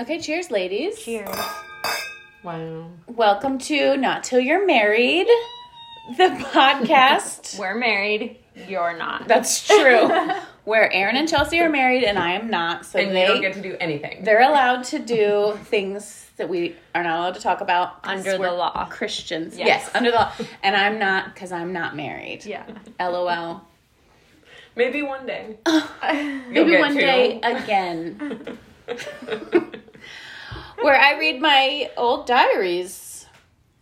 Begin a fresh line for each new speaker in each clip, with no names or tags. Okay, cheers, ladies.
Cheers.
Wow.
Welcome to Not Till You're Married, the podcast.
We're married. You're not.
That's true. Where Aaron and Chelsea are married and I am not. So
And
they,
they don't get to do anything.
they're allowed to do things that we are not allowed to talk about 'cause
Under the
we're
law.
Christians. Yes.
Yes.
under the law. And I'm not because I'm not married.
Yeah.
LOL.
Maybe one day. You'll
Maybe
get
one
to.
day again. Where I read my old diaries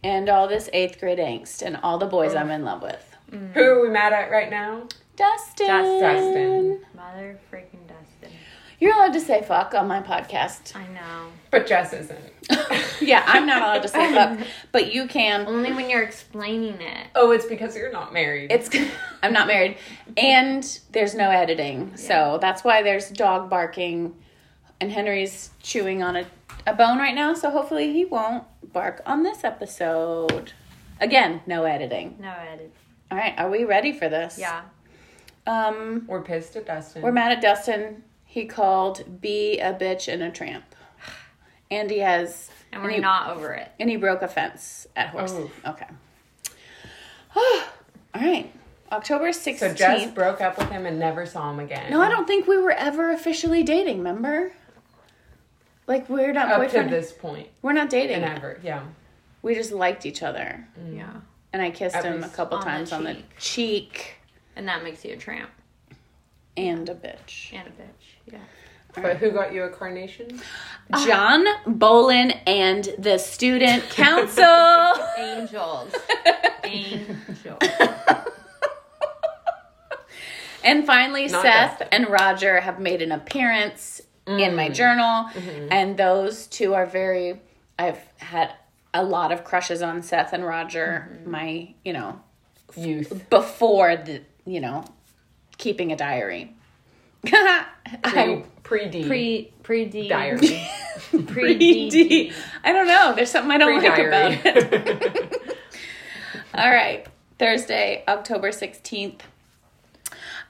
and all this eighth grade angst and all the boys I'm in love with.
Who are we mad at right now?
Dustin.
Dustin.
Mother freaking Dustin.
You're allowed to say fuck on my podcast.
I know.
But Jess isn't.
yeah, I'm not allowed to say fuck, but you can.
Only when you're explaining it.
Oh, it's because you're not married.
It's I'm not married and there's no editing. So that's why there's dog barking and Henry's chewing on a, a bone right now, so hopefully he won't bark on this episode. Again, no editing.
No edit.
All right, are we ready for this?
Yeah.
Um
We're pissed at Dustin.
we're mad at Dustin. He called be a bitch and a tramp. And he has
And we're
and he-
not over it.
And he broke a fence at horse.
Oh.
Okay. All right. October 16th.
so Jess broke up with him and never saw him again.
no, I don't think we were ever officially dating, remember? Like we're not
Up to
boyfriend.
this point,
we're not dating.
and ever, yeah.
We just liked each other.
Yeah.
And I kissed
At
him a
least
couple
on the
times on the cheek
And that makes you a tramp
and a bitch.
and a bitch. Yeah.
But who got you a carnation? Ah.
John Bolin and the student council.
Angels. Angels.
And finally,
Not
Seth
Dustin.
and Roger have made an appearance in my journal, and those two are very. I've had a lot of crushes on Seth and Roger. My, you know,
Youth.
before the, you know, keeping a diary.
Pre
I,
pre D
Pre pre D
diary.
Pre
D.
D.
I don't know. There's something I don't
Pre
like about
diary.
it. All right. Thursday, October 16th.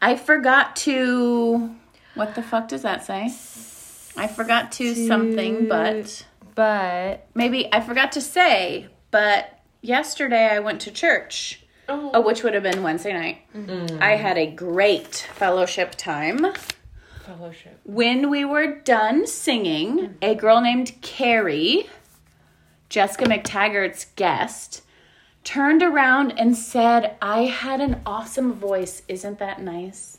I forgot to. What the fuck does that say? I forgot to something, but.
But
Maybe I forgot to say, but yesterday I went to church.
Oh.
Oh, which would have been Wednesday night. I had a great fellowship time.
Fellowship.
When we were done singing, a girl named Carrie, Jessica McTaggart's guest, turned around and said, I had an awesome voice. Isn't that nice?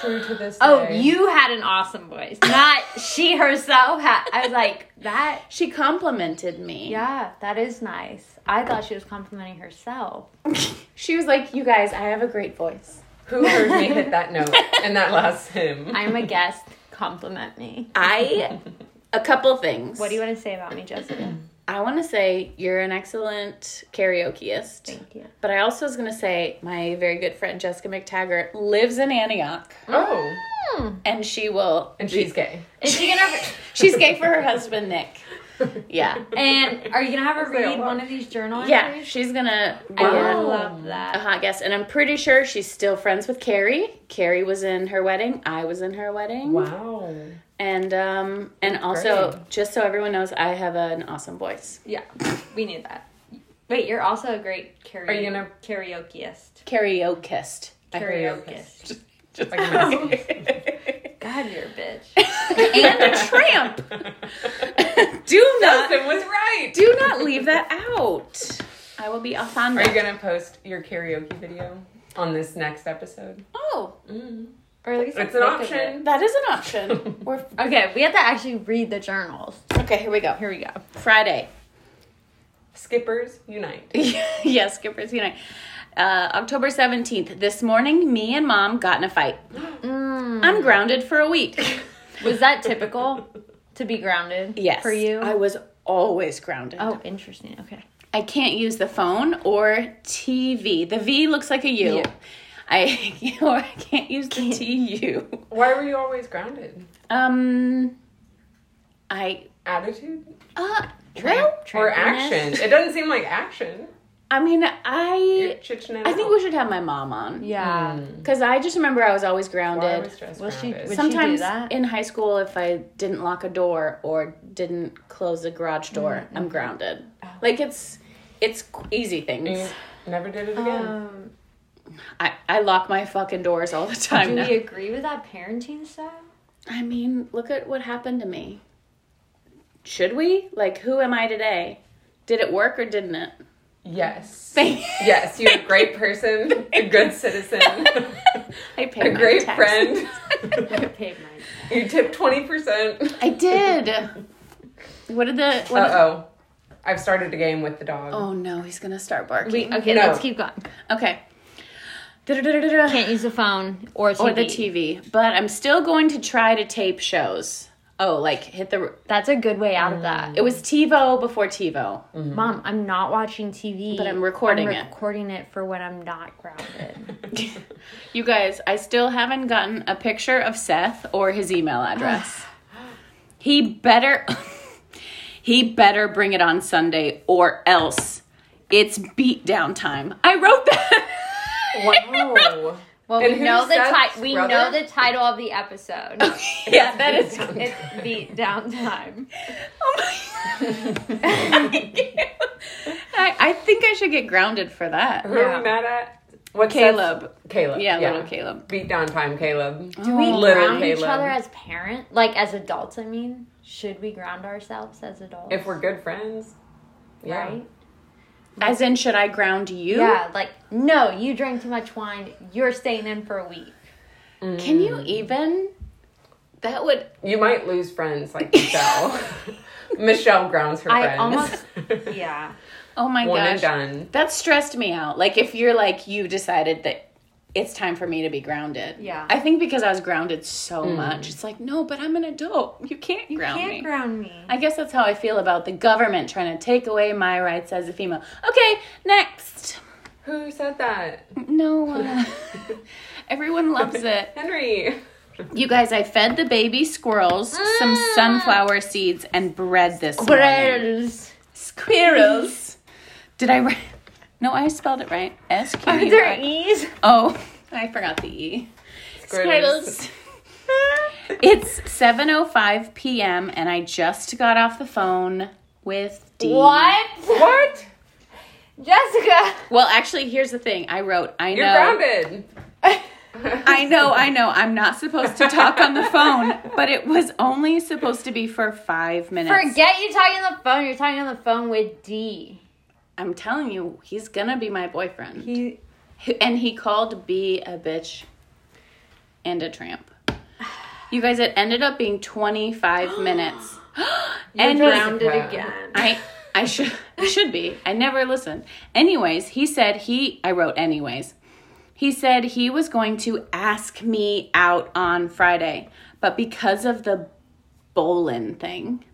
True to this
Oh,
day.
you had an awesome voice. Not she herself had I was like, that
She complimented me.
Yeah, that is nice. I thought she was complimenting herself.
She was like, You guys, I have a great voice.
Who heard me hit that note and that last hymn?
I'm a guest. Compliment me.
I, a couple things.
What do you want to say about me, Jessica?
I want to say you're an excellent karaokeist.
Thank you.
But I also was going to say my very good friend Jessica McTaggart lives in Antioch
Oh,
and she will
and she's gay.
Hmm. Is she gonna?
She's gay for her husband Nick. Yeah.
And are you gonna have her
Say a
read
lot.
one of these journal
Yeah,
entries?
she's going to
I would
Yeah.
love
a
that.
hot guest and I'm pretty sure she's still friends with Carrie. Carrie was in her wedding, I was in her wedding.
Wow.
And um and also
Great.
just so everyone knows I have an awesome voice.
Yeah, we need that. Wait, you're also a great karaoke.
Are you gonna-
karaokeist?
Karaokeist. I heard it.
Karaokeist.
Just like a
God, you're a bitch.
and a tramp. Do not
Dustin was right.
Do not leave that out. I will be off on
Are you gonna post your karaoke video on this next episode?
Oh,
Or at least
It's
a
an
pic of
option.
that is an option. We're
it. Okay, we have to actually read the journals.
okay. Here we go.
Here we go.
Friday.
Skippers unite.
yes, Skipper's Unite. Uh, October 17th. This morning, me and mom got in a fight.
Mm.
I'm grounded for a week.
Was that typical to be grounded?
Yes.
For you?
I was always grounded.
oh, interesting. Okay.
I can't use the phone or TV. The V looks like a U.
Yeah.
I, or I can't use the TU.
Why were you always grounded?
Um, I,
Attitude
uh, well,
or action? It doesn't seem like action.
I mean, I
I
I think we should have my mom on
Yeah.
because I just remember I was always grounded.
Well, she- Would she do
Sometimes
that?
in high school, if I didn't lock a door or didn't close a garage door, I'm grounded. Like it's it's qu- easy things.
never did it again.
Um,
I I lock my fucking doors all the time
do
now.
we agree with that parenting style?
I mean, look at what happened to me. Should we? Like, who am I today? Did it work or didn't it?
yes.
Thank-
yes, you're a great person, a good citizen,
I paid
a
my
great
tax.
friend.
I paid mine.
You tip 20%.
I did. What did the? What
Uh
did-
oh. I've started a game with the dog.
oh no, he's gonna start barking.
We, okay,
No.
let's keep going.
okay. Da-da-da-da-da.
Can't use the phone or TV.
or the TV, but I'm still going to try to tape shows. Oh, like hit the.
That's a good way out of that.
It was TiVo before TiVo.
Mm.
Mom, I'm not watching TV.
But I'm recording
I'm
it.
recording it for when I'm not grounded.
You guys, I still haven't gotten a picture of Seth or his email address. he better he better bring it on Sunday or else it's beatdown time. I wrote that.
Wow.
Well,
And
we
who's
know the
Seth's
ti- we know
brother?
the title of the episode.
yeah, that is
it's beat down time.
Oh my I, I think I should get grounded for that.
Who are
Yeah.
we mad at? What's
Caleb.
that? Caleb.
Yeah, little Caleb.
Beat down time, Caleb.
Do we
Little
ground each
Caleb.
other as parent, like as adults? I mean, should we ground ourselves as adults?
If we're good friends. Yeah.
right.
As in should I ground you?
Yeah, like no, you drank too much wine. You're staying in for a week.
Can you even that would
You might lose friends like Michelle. Michelle grounds her
I
friends.
almost- Yeah,
Oh my
One
gosh.
and done.
That stressed me out. Like if you're like you decided that it's time for me to be grounded.
Yeah.
I think because I was grounded so much, it's like no, but I'm an adult. You can't ground
can't
me.
ground me.
I guess that's how I feel about the government trying to take away my rights as a female. Okay, next.
Who said that?
No one. Everyone loves it.
Henry.
You guys, I fed the baby squirrels some sunflower seeds and bread this morning.
Squirrels.
Squirrels. Did I write? No, I spelled it right. S Q.
Are
U
there
R-
e's?
Oh, I forgot the E.
Squirrels.
it's 7:05 p.m. and I just got off the phone with Dean.
What?
What?
Jessica.
Well, actually, here's the thing. I wrote, I
You're
know.
grounded.
I know, I know. I'm not supposed to talk on the phone, but it was only supposed to be for 5 minutes.
Forget you talking on the phone. You're talking on the phone with D.
I'm telling you, he's going to be my boyfriend.
He.
and he called B a bitch and a tramp. You guys, it ended up being 25 minutes. and he-
grounded
Jessica.
again.
I I should I should be. I never listened. Anyways, he said he I wrote anyways. He said he was going to ask me out on Friday, but because of the Bolin thing,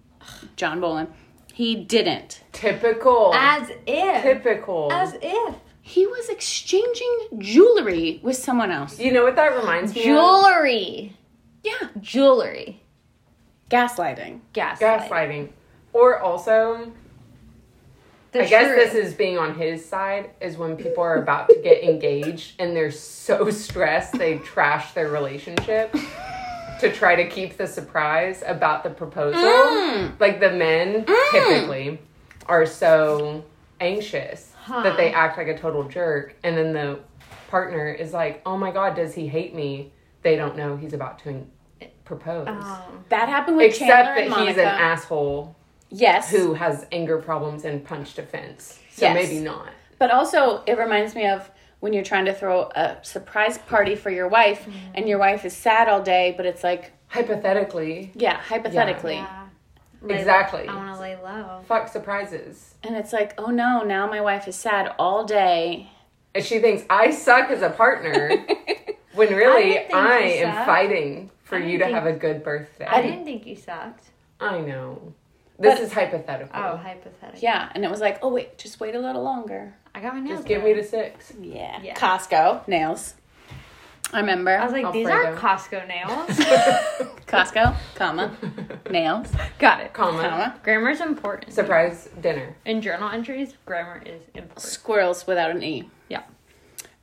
John Bolin, he didn't.
Typical.
As if.
Typical.
As if.
He was exchanging jewelry with someone else.
you know what that reminds me of?
Jewelry.
Yeah,
Jewelry.
gaslighting.
Gaslight.
Gaslighting. Or also,
The
I guess
truth.
this is being on his side, is when people are about to get engaged and they're so stressed they trash their relationship to try to keep the surprise about the proposal.
Mm.
Like the men typically are so anxious that they act like a total jerk, and then the partner is like, oh my god, does he hate me? They don't know he's about to en- propose.
Um,
That happened with Oh. Chandler
Except that
and Monica.
he's an asshole
yes,
who has anger problems and punch defense. So
Yes.
maybe not.
But also, it reminds me of when you're trying to throw a surprise party for your wife and your wife is sad all day, but it's like,
Hypothetically.
yeah, hypothetically.
yeah. Lay low.
Exactly.
I want to lay low.
Fuck surprises.
And it's like, oh no, now my wife is sad all day.
And she thinks I suck as a partner when
I
really
didn't think
I,
you
am
sucked.
fighting for
I
you to
didn't
have a good birthday.
I didn't think you sucked.
I know. This
But-
is hypothetical.
Oh, hypothetical.
Yeah. And it was like, oh wait, just wait a little longer.
I got my nails.
Just give
done.
me to six.
Yeah.
Yeah.
Costco, nails. I remember.
I was like, these aren't Costco nails.
Costco, comma, nails,
Got it.
Comma.
comma,
Grammar's important.
Surprise dinner.
In journal entries, grammar is important.
squirrels without an E.
Yeah.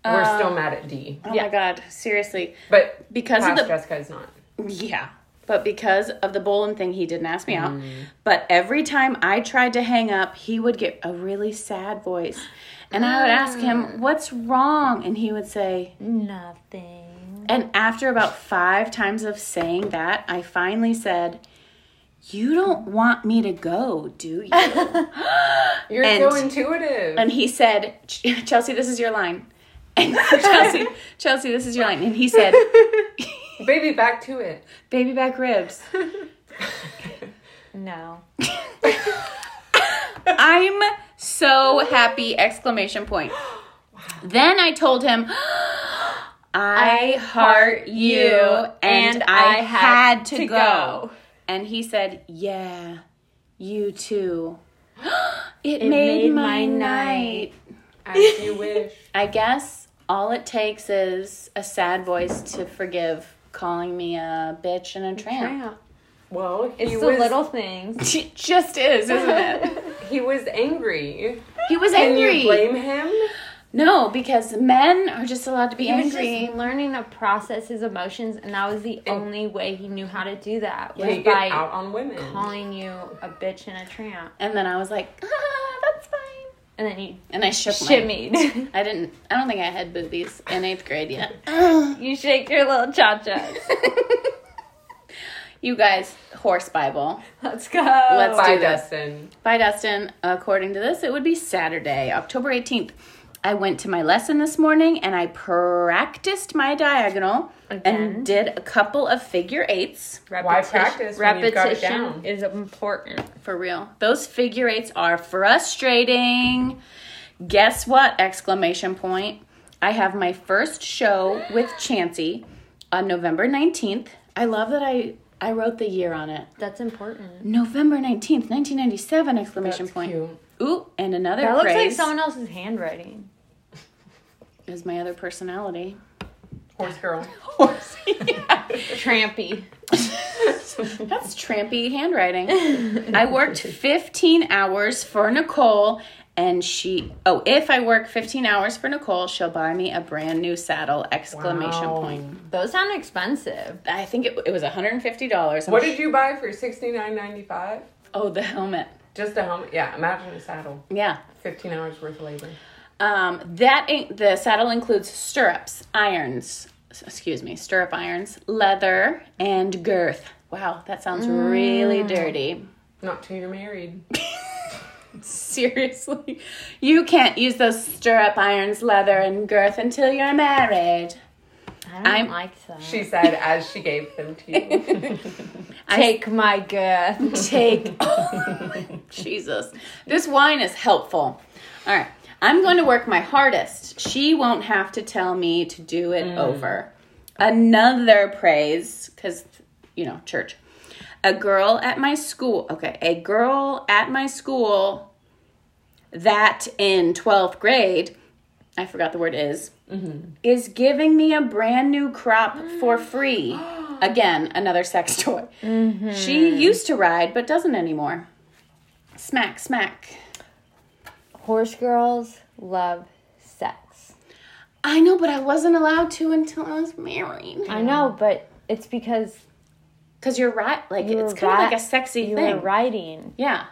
We're
Uh,
still mad at D.
Oh
Yeah.
my god, seriously.
But
Because of
past
the
Jessica is not.
Yeah. But because of the bowling thing, he didn't ask me out. But every time I tried to hang up, he would get a really sad voice. And I would ask him, What's wrong? And he would say,
Nothing.
And after about five times of saying that, I finally said, You don't want me to go, do you?
You're
And-
so intuitive.
and he said, "Ch- Chelsea, this is your line. And Chelsea, Chelsea, this is your line. And he said,
Baby, back to it.
Baby back ribs.
No.
I'm so happy! Exclamation point. Then I told him, I, heart you, and I had to go. And he said, Yeah, you too. it, made,
made
my,
my
night.
As you wish.
I guess all it takes is a sad voice to forgive calling me a bitch and a tramp.
Yeah.
Well, he
It's the
was
little things.
It just is, isn't it?
he was angry.
He was
Can
angry.
you blame him?
No, because men are just allowed to be
He was
angry.
just learning to process his emotions, and that was the only way he knew how to do that was
Take it
by
out on women.
calling you a bitch and a tramp.
And then I was like, ah, that's fine.
And then you
And I shook my.
shimmied.
I didn't. I don't think I had boobies in eighth grade yet.
you shake your little cha cha.
you guys, horse Bible.
Let's go.
Let's-
Bye,
do this.
Dustin.
By Dustin, according to this, it would be Saturday, October 18th. I went to my lesson this morning and I practiced my diagonal
Again.
and did a couple of figure eights.
Why practice when you've got it
repetition
down?
is important.
For real. Those figure eights are frustrating. Guess what? Exclamation point. I have my first show with Chancy on November 19th. I love that I I wrote the year on it.
That's important.
November 19th, 1997 exclamation
That's
point.
cute.
Ooh, and another
That looks like
praise
someone else's handwriting.
is my other personality.
Horse girl.
Trampy.
That's trampy handwriting. I worked 15 hours for Nicole, and she. Oh, if I work 15 hours for Nicole, she'll buy me a brand new saddle! Exclamation
Wow.
point.
Those sound expenve.
I think it, it was 150 dollars.
What did you buy for sixty nine ninety five?
Oh, the helmet.
Just a helmet. Yeah, imagine a saddle.
Yeah.
Fifteen hours worth of labor.
Um, that in- the saddle includes stirrups, irons. s- Excuse me, stirrup irons, leather, and girth. Wow, that sounds really
Mm.
dirty.
Not till you're married.
Seriously, you can't use those stirrup irons, leather, and girth until you're married.
I don't
I'm-
like that.
She said as she gave them to you.
Take my girth.
Take. Oh Jesus. This wine is helpful. All right. I'm going to work my hardest. She won't have to tell me to do it over. Another praise, because, you know, church. A girl at my school, okay, a girl at my school that in 12th grade, I forgot the word is, is giving me a brand new crop for free. Again, another sex toy. She
Hmm.
used to ride, but doesn't anymore. Smack, smack.
Horse girls love sex.
I know, but I wasn't allowed to until I was married.
I know, but it's because
Cause you're right, like
You
it's
were
kind of
ri-
like a sexy
you
thing.
were riding
Yeah,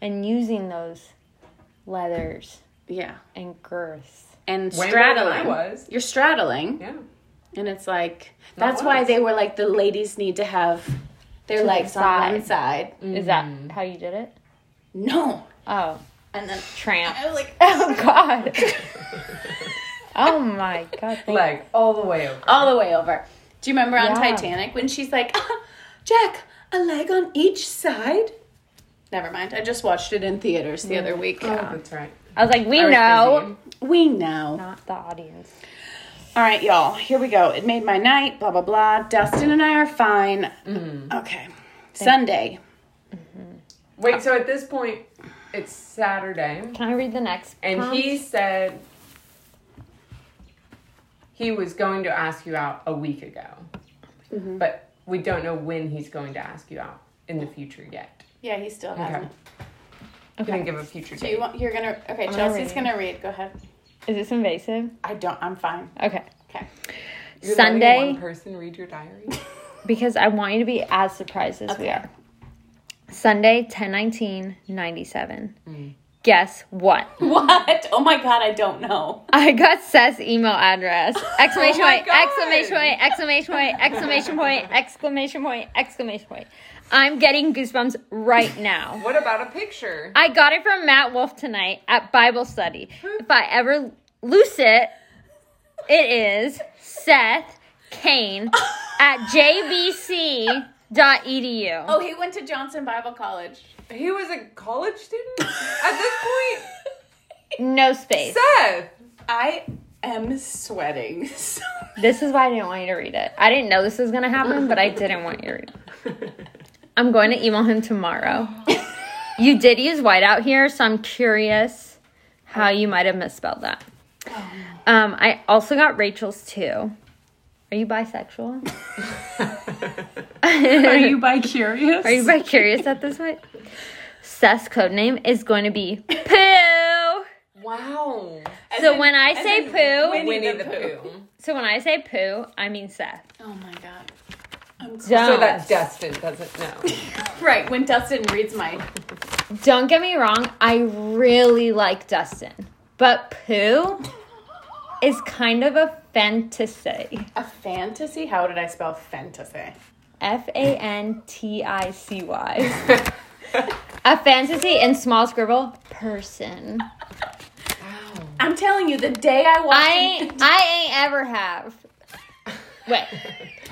and using those leathers
yeah,
and girths.
and
Way more than I
straddling.
was.
You're straddling,
Yeah.
and it's like that's why
was.
they were like the ladies need to have their legs on one side.
Is that how you did it?
No,
Oh,
and then
tramp.
I was like
Oh God. oh my God. thank-
Leg all the way over.
all the way over. Do you remember on
Yeah.
Titanic when she's like, "Ah, Jack, a leg on each side? Never mind. I just watched it in theaters the other week.
Oh, that's right.
I was like, we
I was
know.
busy.
We know.
Not the audience.
All right, y'all. Here we go. It made my night. Blah blah blah. Dustin and I are fine. Okay. Sunday.
Wait, so at this point, it's Saturday,
Can I read the next?
and
prompt?
he said, he was going to ask you out a week ago,
Mm-hmm.
but we don't know when he's going to ask you out in the future yet.
Yeah, he still
Okay.
hasn't.
He didn't
Okay.
give a future
Do
date.
you want? You're gonna. Okay,
gonna
Chelsea's
read.
gonna read. Go ahead.
Is this invasive?
I don't. I'm fine.
Okay.
Okay.
You're letting
Sunday.
One person read your diary.
because I want you to be as surprised as we
Okay.
are. Sunday, 1019, 97.
Mm.
Guess what?
What? Oh my god, I don't know.
I got Seth's email address. Exclamation
Oh my
point,
God.
exclamation point, exclamation point, exclamation point, exclamation point, exclamation point. I'm getting goosebumps right now.
What about a picture?
I got it from Matt Wolf tonight at Bible study. If I ever lose it, it is Seth Kane at E jbc.edu.
Oh, he went to Johnson Bible College.
He was a college student at this point.
No space.
Seth,
I am sweating. So
This is why I didn't want you to read it. I didn't know this was gonna happen, but I didn't want you to read it. I'm going to email him tomorrow. you did use white out here, so I'm curious how you might have misspelled that. Um, I also got Rachel's too. Are you bisexual?
Are you bi curious?
Are you bi curious at this point? Seth's code name is going to be Pooh.
wow,
So when I say
Winnie
Pooh,
Winnie
the
the
Pooh.
Pooh.
so when I say Pooh, I mean Seth.
Oh my god. I'm
Don't.
So
Oh.
that Dustin doesn't know.
Right, when Dustin reads my
Don't get me wrong, I really like Dustin, but Pooh is kind of a fantasy.
a fantasy, how did I spell fantasy?
F A N T I C Y. A fantasy in small scribble person.
I'm telling you, the day I watched
I I ain't ever have. Wait.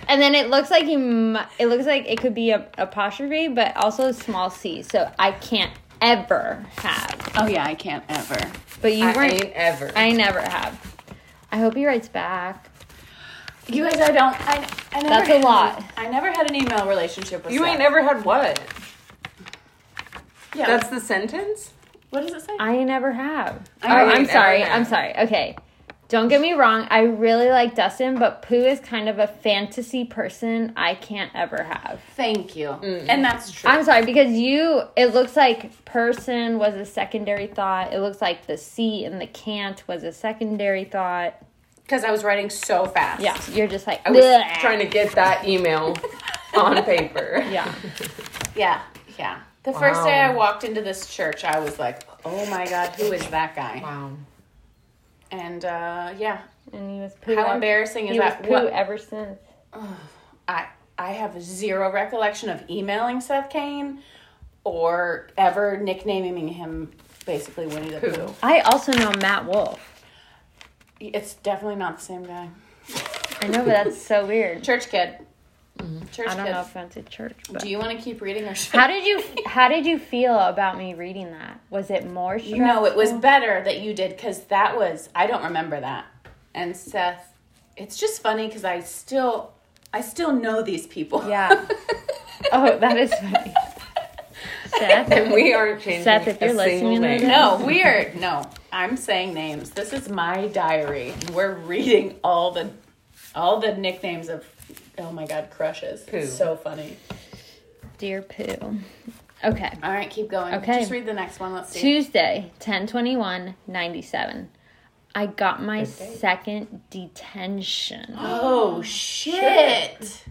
And then it looks like you. mu- It looks like it could be a apostrophe, but also a small c. So I can't ever have.
Oh yeah, I can't ever.
But you
I
weren't.
ain't ever.
I never have. I hope he writes back.
You guys I don't I, I never
That's a
had-
lot.
I never had an email relationship with
you
Seth.
ain't ever had what?
yeah,
That's the sentence.
what does it say?
I never have. Oh,
I
I'm
ain't
sorry.
ever have.
I'm sorry. Okay. Don't get me wrong. I really like Dustin, but Pooh is kind of a fantasy person I can't ever have.
Thank you.
Mm.
And that's true.
I'm sorry because you. It looks like person was a secondary thought. It looks like the C and the can't was a secondary thought.
Because I was writing so fast.
Yeah, you're just like.
I was
"Bleh."
trying to get that email on paper.
Yeah.
Yeah. Yeah. The first
Wow.
day I walked into this church, I was like, oh my God, who is that guy?
Wow.
And uh, yeah,
And he was Pooh.
how embarrassing is
He was
that?
Pooh
What,
ever since.
I, I have zero recollection of emailing Seth Kane or ever nicknaming him basically Winnie the
Pooh.
Pooh.
I also know Matt Wolf.
It's definitely not the same guy.
I know, but that's so weird.
Church kid. Church
Mm-hmm. I don't
kid.
know if I went to church. But.
Do you want to keep reading or should
How did you How did you feel about me reading that? Was it more stressful?
No, it was better that you did because that was I don't remember that. And Seth, it's just funny because I still I still know these people.
Yeah. Oh, that is funny. Seth,
And we aren't changing
Seth, if
a
you're
single
listening to
name.
this-
No, weird. No, I'm saying names. This is my diary. We're reading all the all the nicknames of oh my god crushes.
Pooh.
It's so funny.
dear Pooh. Okay.
All right, keep going.
Okay.
Just read the next one. Let's see.
Tuesday, 1021, 97. I got my second detention.
Oh shit.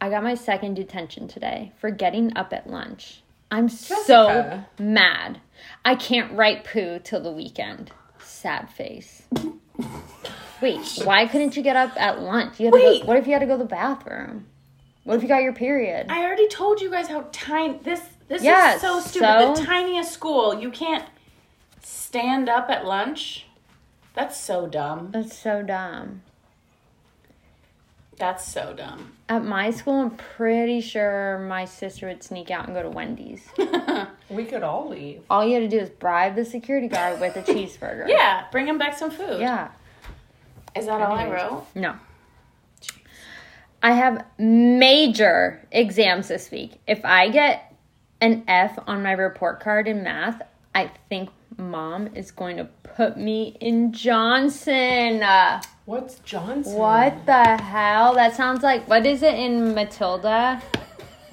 I got my second detention today for getting up at lunch. I'm
Jessica.
so mad. I can't write poo till the weekend. Sad face. Wait, why couldn't you get up at lunch? You had To
Wait.
go, what if you had to go to the bathroom? What if you got your period?
I already told you guys how tiny this this
Yeah,
is so stupid.
so-
The tiniest school, you can't stand up at lunch. That's so dumb.
That's so dumb.
That's so dumb.
At my school, I'm pretty sure my sister would sneak out and go to Wendy's.
We could all leave.
All you had to do is bribe the security guard with a cheeseburger.
Yeah, bring him back some food.
Yeah.
Is that all I wrote?
No. I have major exams this week. If I get an F on my report card in math, I think mom is going to put me in Johnson. Uh,
What's Johnson?
What the hell? That sounds like what is it in Matilda?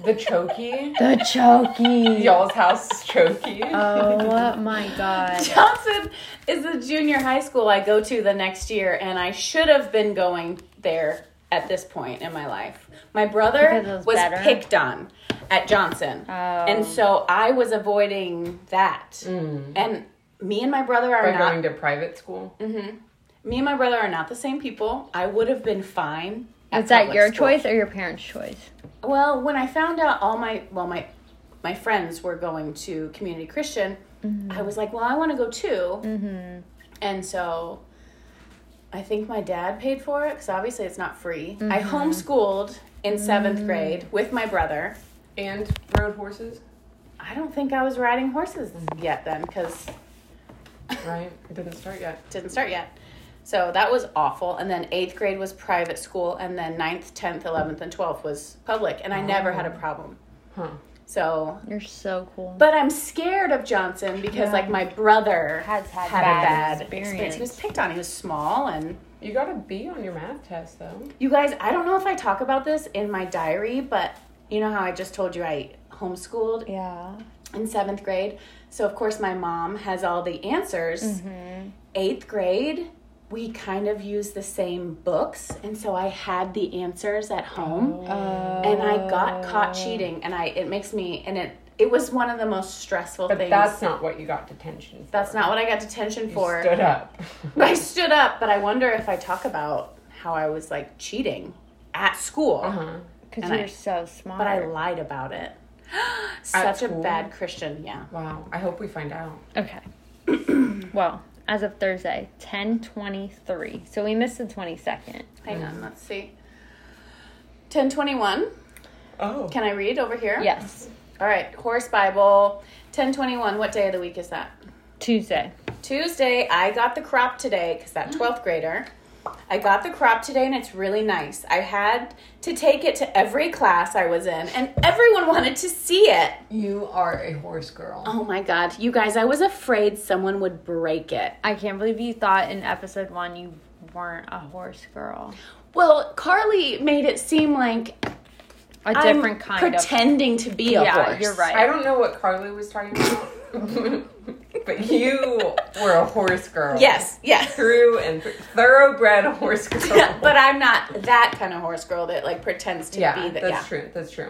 The chokey?
The chokey.
Y'all's house is chokey.
Oh my god.
Johnson is the junior high school I go to the next year, and I should have been going there at this point in my life. My brother
Because it was
was,
better? Oh.
picked on at Johnson, and so I was avoiding that. And me and my brother are
By
not.
Mm. going to private school.
me and my brother are not the same people. I would have been fine. at
Is that
public
your
school.
choice or your parents' choice?
Well, when I found out all my well my my friends were going to community Christian, I was like, well, I want to go too. And so I think my dad paid for it because obviously it's not free. I homeschooled in 7th grade with my brother.
And rode horses,
I don't think I was riding horses yet then because
right? It didn't start yet.
didn't start yet. So that was awful. And then eighth grade was private school, and then ninth, 10th, 11th, and 12th was public. And I never had a problem.
Huh.
So
You're so cool.
But I'm scared of Johnson because, like, my brother
Has had bad
bad,
experience.
He was picked on. He was small, and
You got a B on your math test, though.
you guys, I don't know if I talk about this in my diary, but you know how I just told you I homeschooled
yeah.
in seventh grade. So of course, my mom has all the answers.
Mm-hmm.
Eighth grade, we kind of used the same books, and so I had the answers at home.
Uh, Oh.
And I got caught cheating, and I it makes me and it it was one of the most stressful
But
things.
that's not what you got detention for.
That's not what I got detention
You
for.
stood up.
I stood up, but I wonder if I talk about how I was like cheating at school,
huh.
Because
And I-
you're so smart.
but I lied about it. Such a
school?
bad Christian, yeah.
Wow. I hope we find out.
Okay. well, as of Thursday, 1023. So we missed the 22nd.
Hang
Mm.
on, let's see. 1021.
Oh.
Can I read over here?
Yes.
All right, Horse Bible. 1021. What day of the week is that?
Tuesday.
Tuesday, I got the crop today because that 12th grader. I got the crop today and it's really nice. I had to take it to every class I was in, and everyone wanted to see it.
You are a horse girl.
Oh my god, you guys, I was afraid someone would break it.
I can't believe you thought in episode one you weren't a horse girl.
Well, Carly made it seem like
A
I'm
different kind of.
pretending to be a
Yeah,
horse.
you're right.
I don't know what Carly was talking about, but you were a horse girl.
Yes, yes.
True and th- thoroughbred horse girl.
but I'm not that kind of horse girl that like pretends to
yeah,
be that.
that's
yeah.
true. That's true.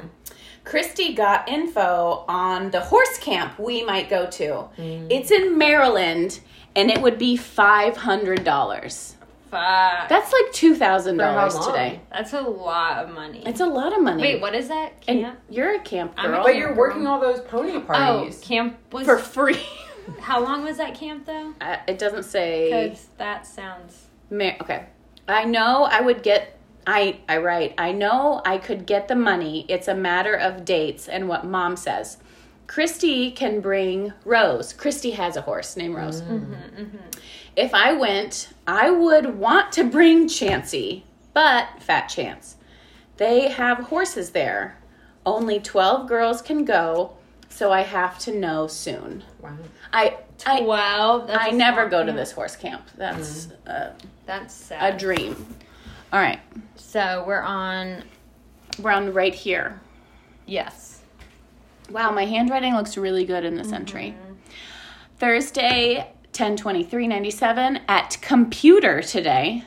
Christy got info on the horse camp we might go to.
Mm.
It's in Maryland and it would be $500.
Fuck.
That's like
For
$2,000
how long?
today.
That's a lot of money.
It's a lot of money.
Wait, what is that?
And
Camp?
you're a camp
I'm a
girl
But you're working all those pony
Oh,
parties.
camp was.
for free.
how long was that camp though?
Uh, it doesn't say
Because that sounds.
Ma- okay. I know I would get. I I write. I know I could get the money. It's a matter of dates and what mom says. Christy can bring Rose. Christy has a horse named Rose. If I went, I would want to bring Chancy, but fat chance. They have horses there. Only 12 girls can go, so I have to know soon.
Wow.
I I,
Wow.
I never go to this horse camp. That's uh,
That's sad.
a dream. All right,
So we're on.
we're on right here.
Yes.
Wow, my handwriting looks really good in this entry. Thursday, 102397 at computer today.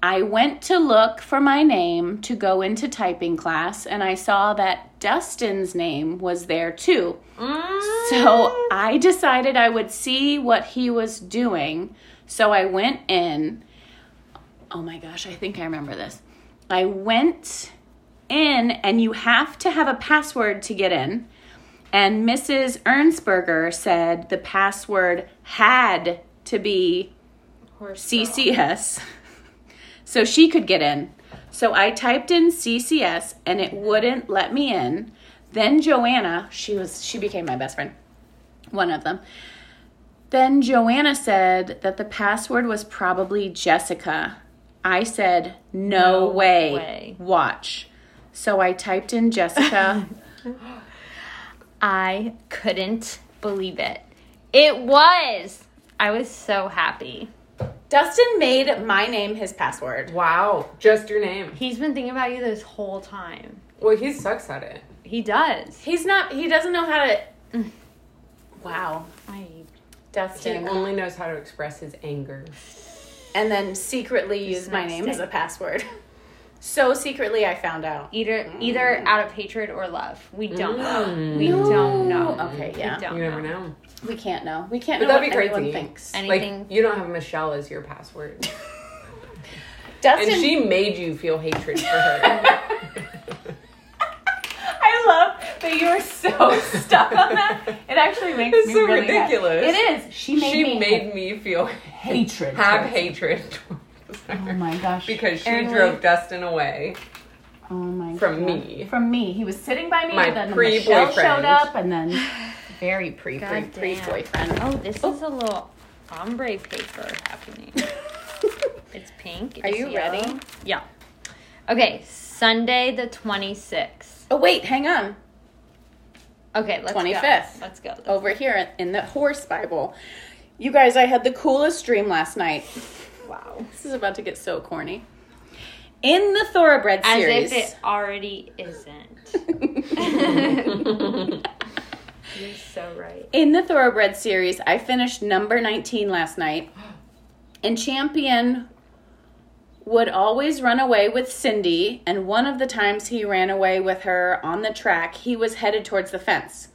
I went to look for my name to go into typing class and I saw that Dustin's name was there too. So I decided I would see what he was doing. So I went in. Oh my gosh, I think I remember this. I went in, and you have to have a password to get in. And Mrs. Ernsberger said the password had to be
Horse.
CCS so she could get in. So I typed in CCS and it wouldn't let me in. Then Joanna, she was she became my best friend. One of them. Then Joanna said that the password was probably Jessica. I said, "No,
No
way.
way.
Watch." So I typed in Jessica.
I couldn't believe it. It was. I was so happy.
Dustin made my name his password.
Wow, just your name.
He's been thinking about you this whole time.
Well, he sucks at it.
He does.
He's not. He doesn't know how to. Wow,
I,
He
Mm. Dustin.
only knows how to express his anger.
And then secretly used my
not
name
sick.
as a password. So secretly, I found out.
either either
Mm.
out of hatred or love. We don't know. We don't know.
Okay,
We
yeah.
don't
You never
know.
know.
We can't know. We can't
But
know
that'd
what
be
anyone
crazy.
thinks.
Anything.
Like you don't have Michelle as your password, and
Dustin,
she made you feel hatred for her.
I love that you are so stuck on that. It actually makes
It's
me
so
really happy.
ridiculous.
It is. She made
she
me
made me feel
hatred.
have
towards-
hatred towards
Oh
her
my gosh.
because she
Erin
drove
Lee-
Dustin away.
Oh my
from
God.
me.
From me. He was sitting by me
My
and then
pre-boyfriend.
Michelle showed up and then very pre pre
God
pre
damn.
boyfriend.
Oh, this is a little ombre paper happening. It's pink.
Are
it's
you
yellow.
ready?
Yeah. Okay, Sunday the 26th.
Oh wait, hang on.
Okay, let's
25th.
go. Let's go.
Over here in the horse Bible. You guys, I had the coolest dream last night.
Wow.
This is about to get so corny. In the thoroughbred
As
series.
if it already isn't. You're so right.
In the Thoroughbred series, I finished number 19 last night. And Champion would always run away with Cindy, and one of the times he ran away with her on the track, he was headed towards the fence.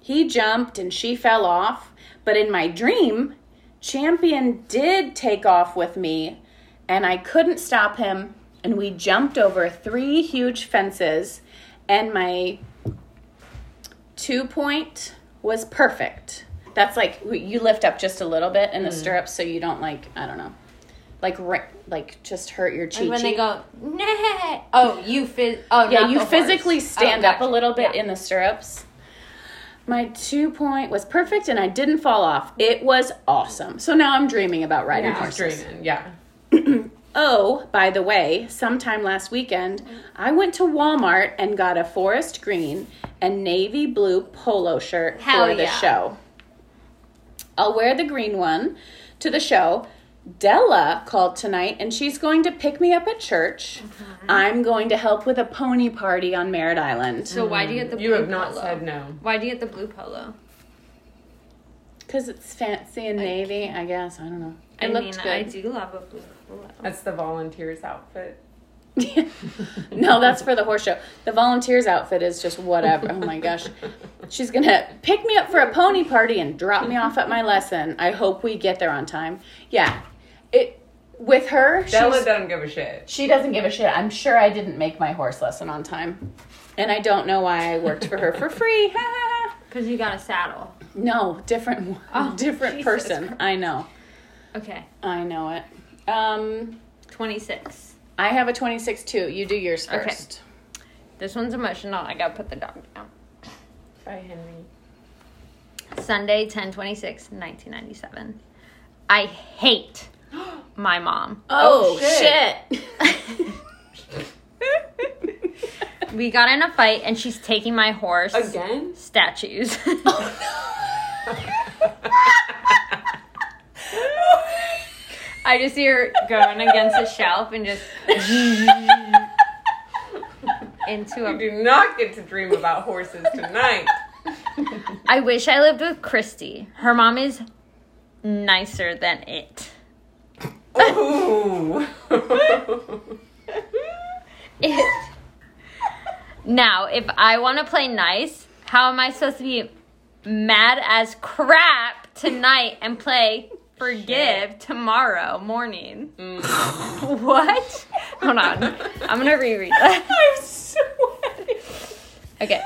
He jumped and she fell off, but in my dream, Champion did take off with me, and I couldn't stop him, and we jumped over three huge fences, and my two point was perfect. That's like w- you lift up just a little bit in the
Mm.
stirrups so you don't like I don't know, like ri- like just hurt your chi
Like when they
chi.
go, nah. oh, you phys- oh,
yeah,
not
you
the
physically
horse.
stand
Oh,
up a
gotcha.
little bit
Yeah.
in the stirrups. My two point was perfect, and I didn't fall off. It was awesome. So now I'm dreaming about riding
She's
horses.
dreaming. Yeah.
Oh, by the way, sometime last weekend, I went to Walmart and got a forest green and navy blue polo shirt
Hell
for the
yeah.
show. I'll wear the green one to the show. Della called tonight and she's going to pick me up at church.
Mm-hmm.
I'm going to help with a pony party on Merritt Island
So why do you get the
You
blue
have not
polo?
said no.
Why do you get the blue polo?
because it's fancy and navy, I guess. I don't know. It
I
looked
mean,
good.
I do love a blue polo.
That's the volunteer's outfit.
no, that's for the horse show. The volunteer's outfit is just whatever. Oh my gosh. She's going to pick me up for a pony party and drop me off at my lesson. I hope we get there on time. Yeah. It with her,
Della
she's-
doesn't give a shit.
she doesn't give a shit. I'm sure I didn't make my horse lesson on time. And I don't know why I worked for her for free.
Because you got a saddle.
no, different different
Oh, Jesus
person. I know.
Okay,
I know it. Um
26.
I have a 26 too. You do yours
Okay.
first.
This one's emotional. I gotta put the dog down.
Bye, Henry.
Sunday, 10 26, 1997. I hate my mom.
Oh,
Oh, shit.
shit.
We got in a fight and she's taking my horse
Again?
statues.
Oh,
I just see her going against a shelf and just into
You
a.
do not get to dream about horses tonight.
I wish I lived with Christy. Her mom is nicer than it.
Ooh.
it. Now, if I want to play nice, how am I supposed to be mad as crap tonight and play forgive tomorrow morning? what? Hold on. I'm going to reread that.
I'm sweating.
Okay.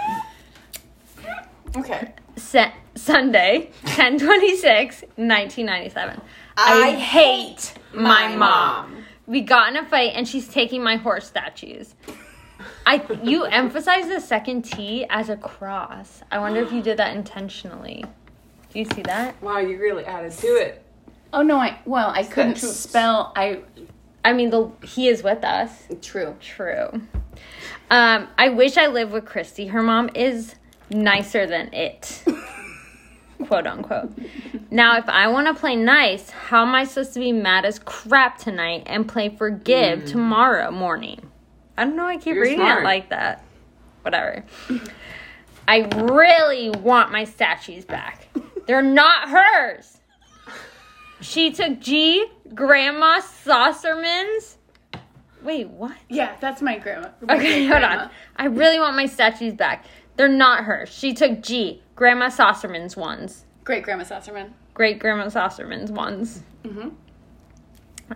Okay.
Sa- Sunday, 1026, 1997. I, hate my mom. We got in a fight and she's taking my horse statues. I you emphasize the second T as a cross. I wonder if you did that intentionally. Do you see that?
Wow, you really added to it.
Oh no, I well, I couldn't
true?
spell I
I mean, the he is with us.
true.
True. Um, I wish I lived with Christy. Her mom is nicer than it. quote unquote. Now, if I want to play nice, how am I supposed to be mad as crap tonight and play forgive tomorrow morning? I don't know. I keep
Mm. You're
reading
smart.
it like that. Whatever. I really want my statues back. They're not hers. She took G, Grandma Saucerman's. Wait, what?
Yeah, that's my grandma. Great
Okay, hold
grandma.
on. I really want my statues back. They're not hers. She took G, Grandma Saucerman's ones.
Great grandma Sasserman.
Great Grandma Saucerman's ones.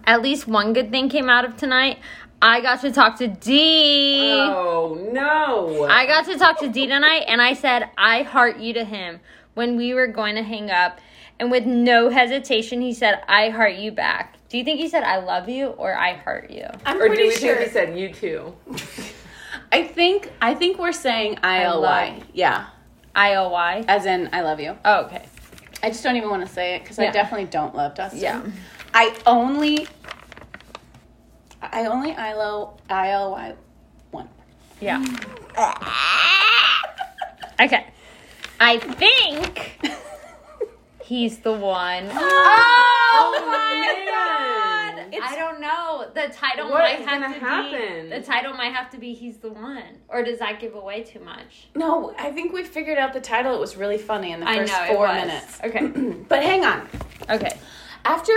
At least one good thing came out of tonight. I got to talk to D.
Oh no!
I got to talk to D tonight, and I said, I heart you to him when we were going to hang up. And with no hesitation, he said, I heart you back. Do you think he said, I love you, or I heart you?
I'm
or do
pretty
we
sure.
think he said you too?
I think I think we're saying I L Y.
love-
Yeah,
I O Y?
as in I love you.
Oh, okay.
I just don't even want to say it because I
Yeah.
definitely don't love Dustin.
Yeah.
I only, I only I L I L Y one.
Yeah. okay. I think he's the one.
Oh
my God.
I don't know. The title
What
might
is
have
gonna
to
happen?
be the title might have to be he's the one. Or does that give away too much?
No, I think we figured out the title. It was really funny in the
I
first
know
four
it was.
minutes.
Okay.
But hang on.
okay.
After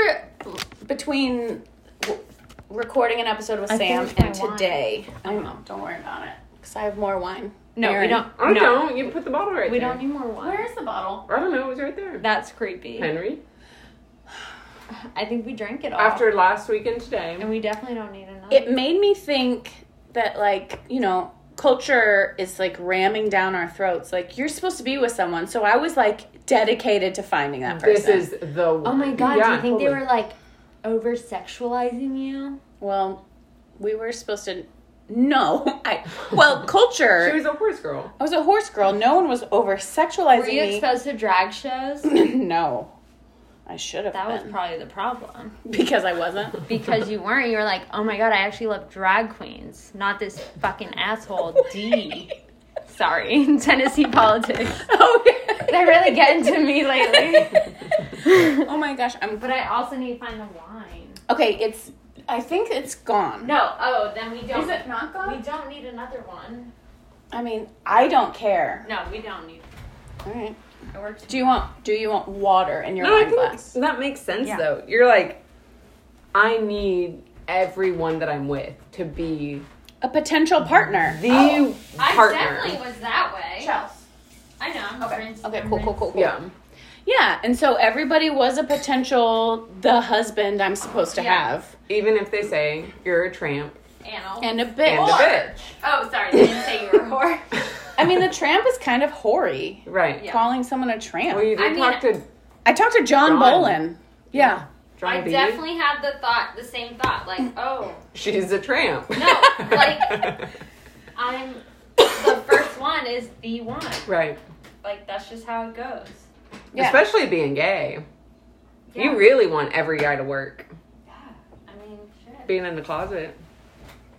between w- recording an episode with
I
Sam
finished my
and
wine.
today, I know. Don't worry about it because I have more wine.
No,
Erin.
we don't.
I
no,
don't. You put the bottle right
We
there.
don't need more wine.
Where is the bottle?
I don't know. It was right there.
That's creepy.
Henry.
I think we drank it all.
After last week and today.
and we definitely don't need another.
It made me think that like you know culture is like ramming down our throats. Like you're supposed to be with someone, so I was like dedicated to finding that person.
This is the.
oh my god, do you think they were like over sexualizing you?
well, we were supposed to. No, I well culture.
She was a horse girl.
I was a horse girl. No one was over
Were
sexualizing
you
me.
exposed to drag shows?
no, I should have
That was
been
probably the problem.
because I wasn't.
Because you weren't, you were like, oh my god, I actually love drag queens, not this fucking asshole D. Sorry, Tennessee politics.
okay.
They're really getting to me lately.
Oh my gosh, I'm.
But I also need to find the wine.
Okay, it's. I think it's gone.
No, oh, then we don't.
not
we don't need another one.
I mean, I don't care.
No, we don't need.
All right.
I worked.
Do you want Do you want water in your
No, I
wine
think
glass?
that makes sense
Yeah.
though. You're like, I need everyone that I'm with to be
A potential partner.
the
Oh.
partner.
I definitely was that way.
Chels.
I know. I'm
Okay.
friends-
Okay.
I'm
Cool. Cool.
friends.
Cool. Cool.
Yeah.
Yeah, and so everybody was a potential the husband I'm supposed to
Yeah.
have
Even if they say you're a tramp
Anal.
and a bitch.
and a bitch.
Oh, sorry. They didn't say you were a whore.
I mean, the tramp is kind of hoary.
Right.
Yeah.
Calling someone a tramp.
Well, you did
I mean-
talk to
I talked to John,
John.
Bolin. Yeah.
John
I
B.
definitely had the thought, the same thought, like, oh,
She's a tramp.
No, like- I'm the first one is the one.
right.
Like that's just how it goes.
Yeah.
Especially being gay.
Yeah.
You really want every guy to work.
yeah. I mean, shit.
Being in the closet.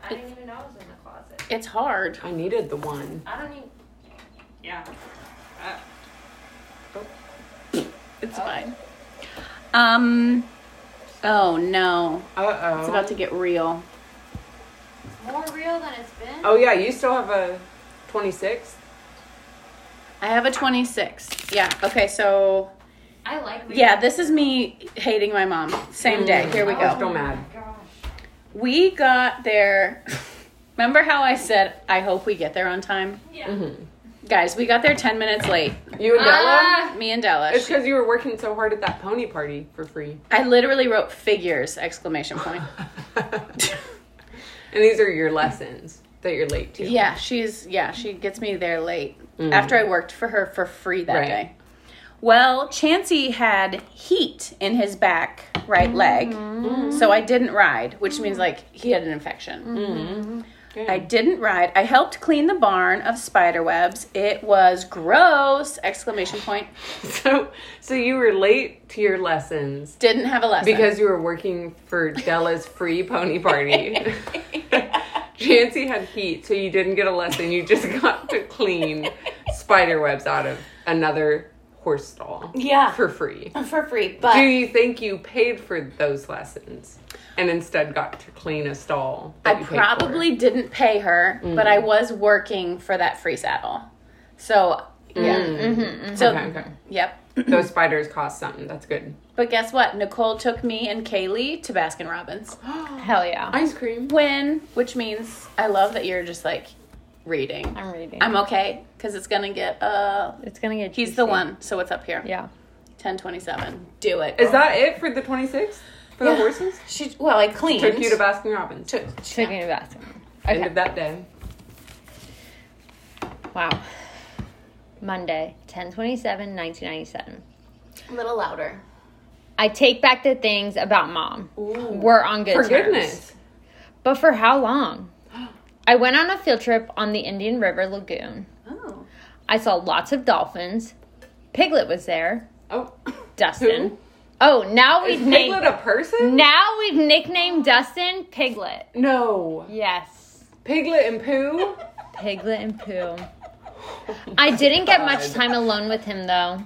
I didn't even know I was in the closet.
It's hard.
I needed the one.
I don't e-, even. Yeah. Uh,
It's fine. Oh. Um. Oh no,
Uh
it's about
oh.
to get real.
More real than it's been.
Oh yeah, you still have a 26.
I have a 26. Yeah. Okay. So
I like. Real.
yeah, this is me hating my mom. Same day. Here we
I was
go.
still mad.
Oh Gosh.
We got there. Remember how I said I hope we get there on time,
Yeah.
guys? We got there 10 minutes late.
You and Della?
Ah!
Me and Della.
It's because you were working so hard at that pony party for free.
I literally wrote figures exclamation point.
and these are your lessons that you're late to.
Yeah, she's yeah, she gets me there late after I worked for her for free that
Mm. Right.
day. Well, Chansey had heat in his back right leg,
Mm-hmm.
so I didn't ride, which means like he had an infection.
Good.
I didn't ride. I helped clean the barn of spider webs. It was gross! Exclamation point.
So, so you were late to your lessons
Didn't have a lesson
because you were working for Della's free pony party. Jancy had heat, so you didn't get a lesson. You just got to clean spider webs out of another horse stall
Yeah,
for free.
for free.
Do
But
you think you paid for those lessons and instead got to clean a stall? that
I
you paid for?
probably didn't pay her, but I was working for that free saddle. So yeah, so
Mm, Okay, okay.
yep.
Those spiders cost something. That's good.
But guess what? Nicole took me and Kaylee to Baskin Robbins.
Hell yeah.
Ice cream.
When, which means I love that you're just like reading.
I'm reading.
I'm okay because it's gonna get uh.
it's gonna get.
He's
juicy.
the one. So what's up here?
Yeah.
Ten twenty seven. Do it.
Is that it for the 26th? For the horses?
She well, I cleaned.
Took you to Baskin Robbins.
Took-
Taking a bathroom.
End
Okay.
of that day.
Wow. Monday, 1027, 1997.
a little louder.
I take back the things about mom. We're on good
For
terms.
goodness.
But for how long? I went on a field trip on the Indian River Lagoon.
Oh.
I saw lots of dolphins. Piglet was there.
Oh.
Dustin. Oh, now
Is
we've
Piglet
named
a person?
now we've nicknamed Dustin Piglet.
No.
Yes.
Piglet and Pooh?
Piglet and Pooh. I didn't get much
God.
time alone with him though.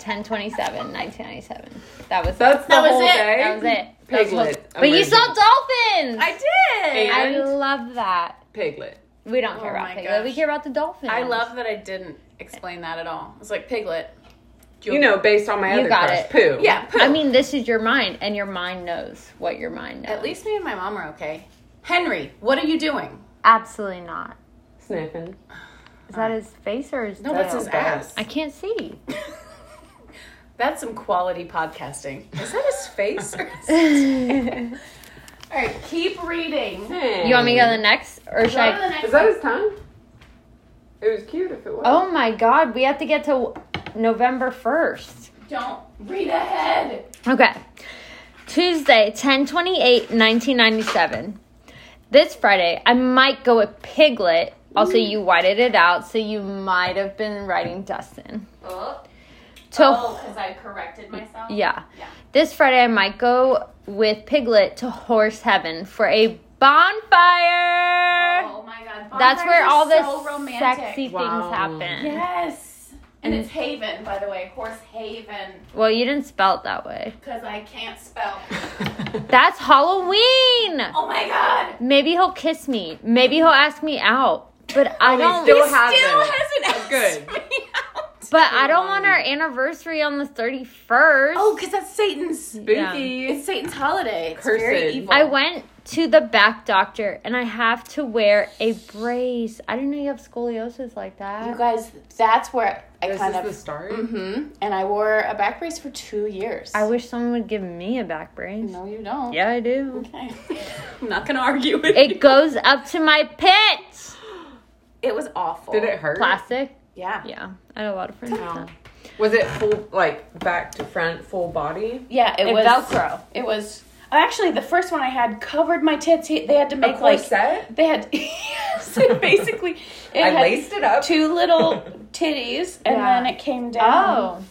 1027, 1997. That was
That's the
That was
whole
it.
day?
that was it.
Piglet.
But you saw dolphins.
I did.
And-
I love that.
Piglet.
We don't care
Oh
about
my
Piglet. We
gosh.
care about the dolphins.
I love that I didn't explain that at all. It's like Piglet.
You know, based on my
You
other
got
crush,
it.
Pooh.
Yeah.
I mean, this is your mind, and your mind knows what your mind knows.
At least me and my mom are okay. Henry, what are you doing?
Absolutely not.
Sniffing.
Is that his face or his
No, that's his ass.
I can't see.
That's some quality podcasting. Is that his face? or his-
you
all right, keep reading.
Hey.
want me to go to the next, or should
Go to the
I?
next
Is that his tongue? It was cute if it was.
Oh my God, we have to get to November first.
Don't read ahead.
Okay. Tuesday, 1028, 1997. This Friday, I might go with Piglet. Also, you whited it out, so you might have been writing Dustin.
Oh,
To
because I corrected myself.
Yeah.
Yeah.
This Friday, I might go with Piglet to Horse Heaven for a bonfire.
Oh my god.
That's
Bonfires
where
are
all the
so romantic.
sexy
Wow.
things happen.
Yes. And it's Haven, by the way, Horse Haven,
Well, you didn't spell it that way.
because I can't spell.
That's Halloween.
Oh my god!
Maybe he'll kiss me. Maybe he'll ask me out. But I
we
don't.
still have-
Still
Haven.
hasn't asked
Good.
me out.
but I don't want our anniversary on the thirty first.
Oh, because that's Satan's.
Spooky.
It's Satan's holiday. It's very
Cursed.
evil.
I went to the back doctor and I have to wear a brace. I didn't know you have scoliosis like that.
You guys, that's where I
This
kind
is
of.
the start.
hmm And I wore a back brace for two years.
I wish someone would give me a back brace.
No, you don't.
Yeah, I do.
Okay. I'm not gonna argue with
It goes up to my pits.
It was awful.
Did it hurt?
Plastic.
Yeah. yeah.
Yeah, I had a lot of friends. with
No.
that.
Was it full, like back to front, full body?
it
And
was
Velcro.
It was uh, actually the first one I had covered my tits. He- They had to make like
corset?
they had yes, it basically it
I
had
laced it up.
two little titties and
Yeah.
then it came down.
Oh,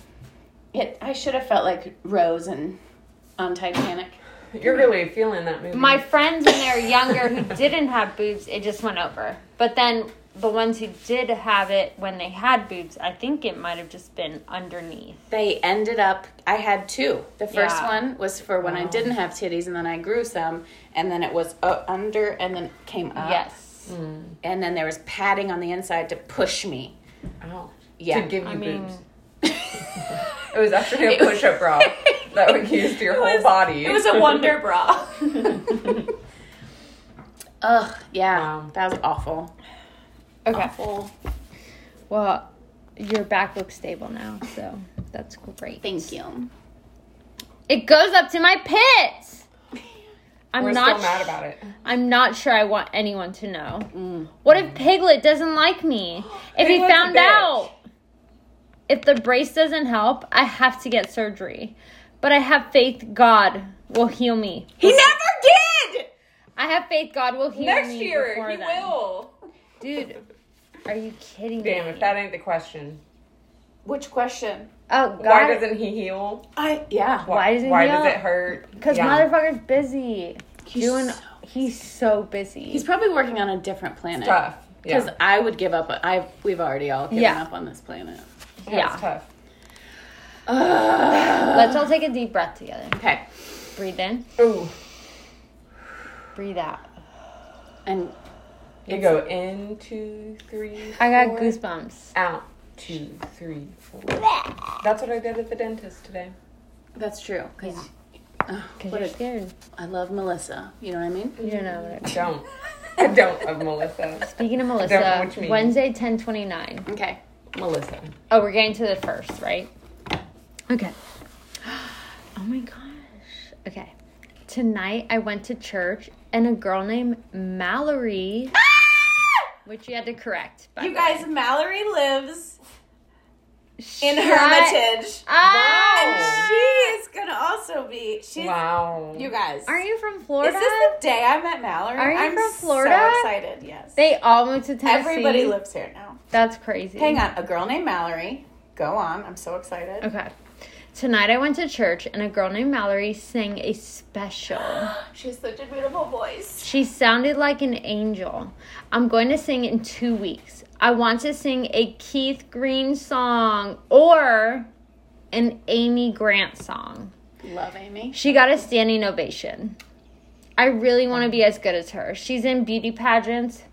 It, I should have felt like Rose and on Titanic.
You're really feeling that movie.
my friends when they were younger who didn't have boobs, it just went over. But then the ones who did have it when they had boobs, I think it might have just been underneath.
They ended up I had two. The first
Yeah.
one was for when I didn't have titties and then I grew some and then it was uh, under and then came
Ah.
up.
Yes.
And then there was padding on the inside to push me.
Ow.
Yeah.
Oh. To give you
I mean-
boobs. It was actually a
It was-
push-up bra that was used to your
It
whole
was-
body.
It was a wonder bra. Ugh, yeah.
Wow.
That was awful.
Okay.
Awful.
Ah. Well, your back looks stable now, so that's great.
Thank you.
It goes up to my pits. I'm
We're
not
still mad about it.
I'm not sure I want anyone to know. What if Piglet doesn't like me? If he
Mm. Piglet's a
found
bitch.
out, if the brace doesn't help, I have to get surgery. But I have faith God will heal me.
He never did!
I have faith God will heal
Next
me.
year,
before
he
then.
will.
Dude, are you kidding
Damn,
me?
if that ain't the question.
Which question?
oh God,
Why doesn't he heal?
I, yeah.
Why,
Why doesn't
why
he
does
heal?
it hurt?
because
Yeah.
motherfucker's busy.
He's
doing
so-
he's so busy.
He's probably working on a different planet.
Tough.
because
Yeah.
I would give up. I we've already all given
Yeah.
up on this planet.
Yeah.
It's tough.
Let's all take a deep breath together.
Okay,
Breathe in,
Ooh,
breathe out.
and
you go in two, three.
I got
four,
goosebumps.
Out two, three, four. That's what I did at the dentist today.
that's true. Because
Because
What a-
you're scared.
I love Melissa. You know what I mean?
You don't know what it is.
Don't. I don't of Melissa.
Speaking of
don't know
Melissa,
what you mean.
Wednesday, 1029.
Okay.
Melissa.
Oh, we're getting to the first, right? Okay. Oh my gosh. Okay. Tonight I went to church and a girl named Mallory, which you had to correct. But
Ah! You guys, Mallory lives in
Shut
Hermitage.
up.
And she is gonna also be. She's.
Wow.
You guys.
Are you from
Is
Florida?
this the day I met Mallory?
Are you
I'm
from Florida?
so excited, yes.
they all moved to Tennessee.
Everybody lives here now.
That's crazy.
Hang on, a girl named Mallory. Go on, I'm so excited.
Okay. Tonight I went to church and a girl named Mallory sang a special.
She has such a beautiful voice.
She sounded like an angel. I'm going to sing in two weeks. I want to sing a Keith Green song or an Amy Grant song.
Love Amy.
She got a standing ovation. I really want to be as good as her. She's in beauty pageants.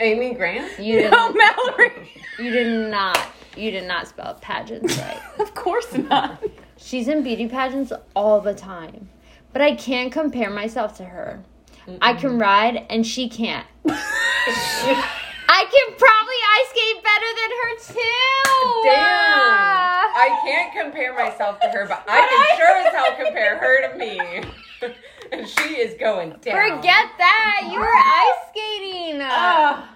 Amy Grant?
You didn't,
Mallory.
you did not you did not spell pageants right.
of course not.
She's in beauty pageants all the time. But I can't compare myself to her. I can ride and she can't. I can probably ice skate better than her too. Uh,
Damn. I can't compare myself to her, but I can sure as hell compare her to me. and she is going down.
Forget that. You were ice skating.
Uh,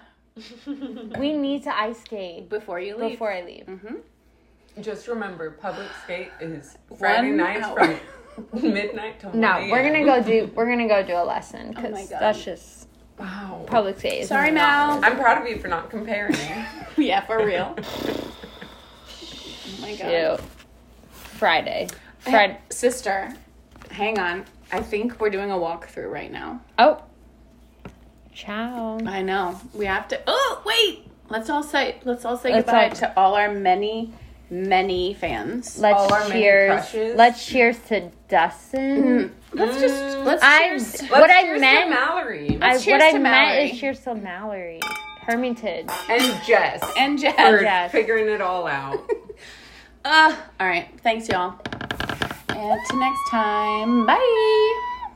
Uh, we need to ice skate
Before you leave.
Uh, before I
Mm-hmm.
leave.
Just remember, public skate is Friday
One
nights
hour.
from midnight to 1
No,
a.m.
we're gonna go do we're gonna go do a lesson
Oh my
because
God.
that's just
Wow.
public skate. is
Sorry,
not-
Mal.
I'm proud of you for not comparing.
yeah, for real. oh my god.
Cute. Friday. Friday.
Sister, hang on. I think we're doing a walkthrough right now.
Oh. Ciao.
I know. We have to. Oh wait. Let's all say. Let's all say
Let's
goodbye
all-
to all our many, many fans.
Let's
all our main
cheers.
crushes.
Let's cheers to
Mm-hmm.
Dustin.
Let's just. Let's
Mm. I
cheers.
Let's
what I
cheers to
meant
Mallory
I,
Let's cheers
what I
to Mallory.
meant is cheers to Mallory Hermitage.
and Jess
and Jess.
for
Jess.
figuring it all out.
Uh, all right. Thanks, y'all. And till next time. Bye.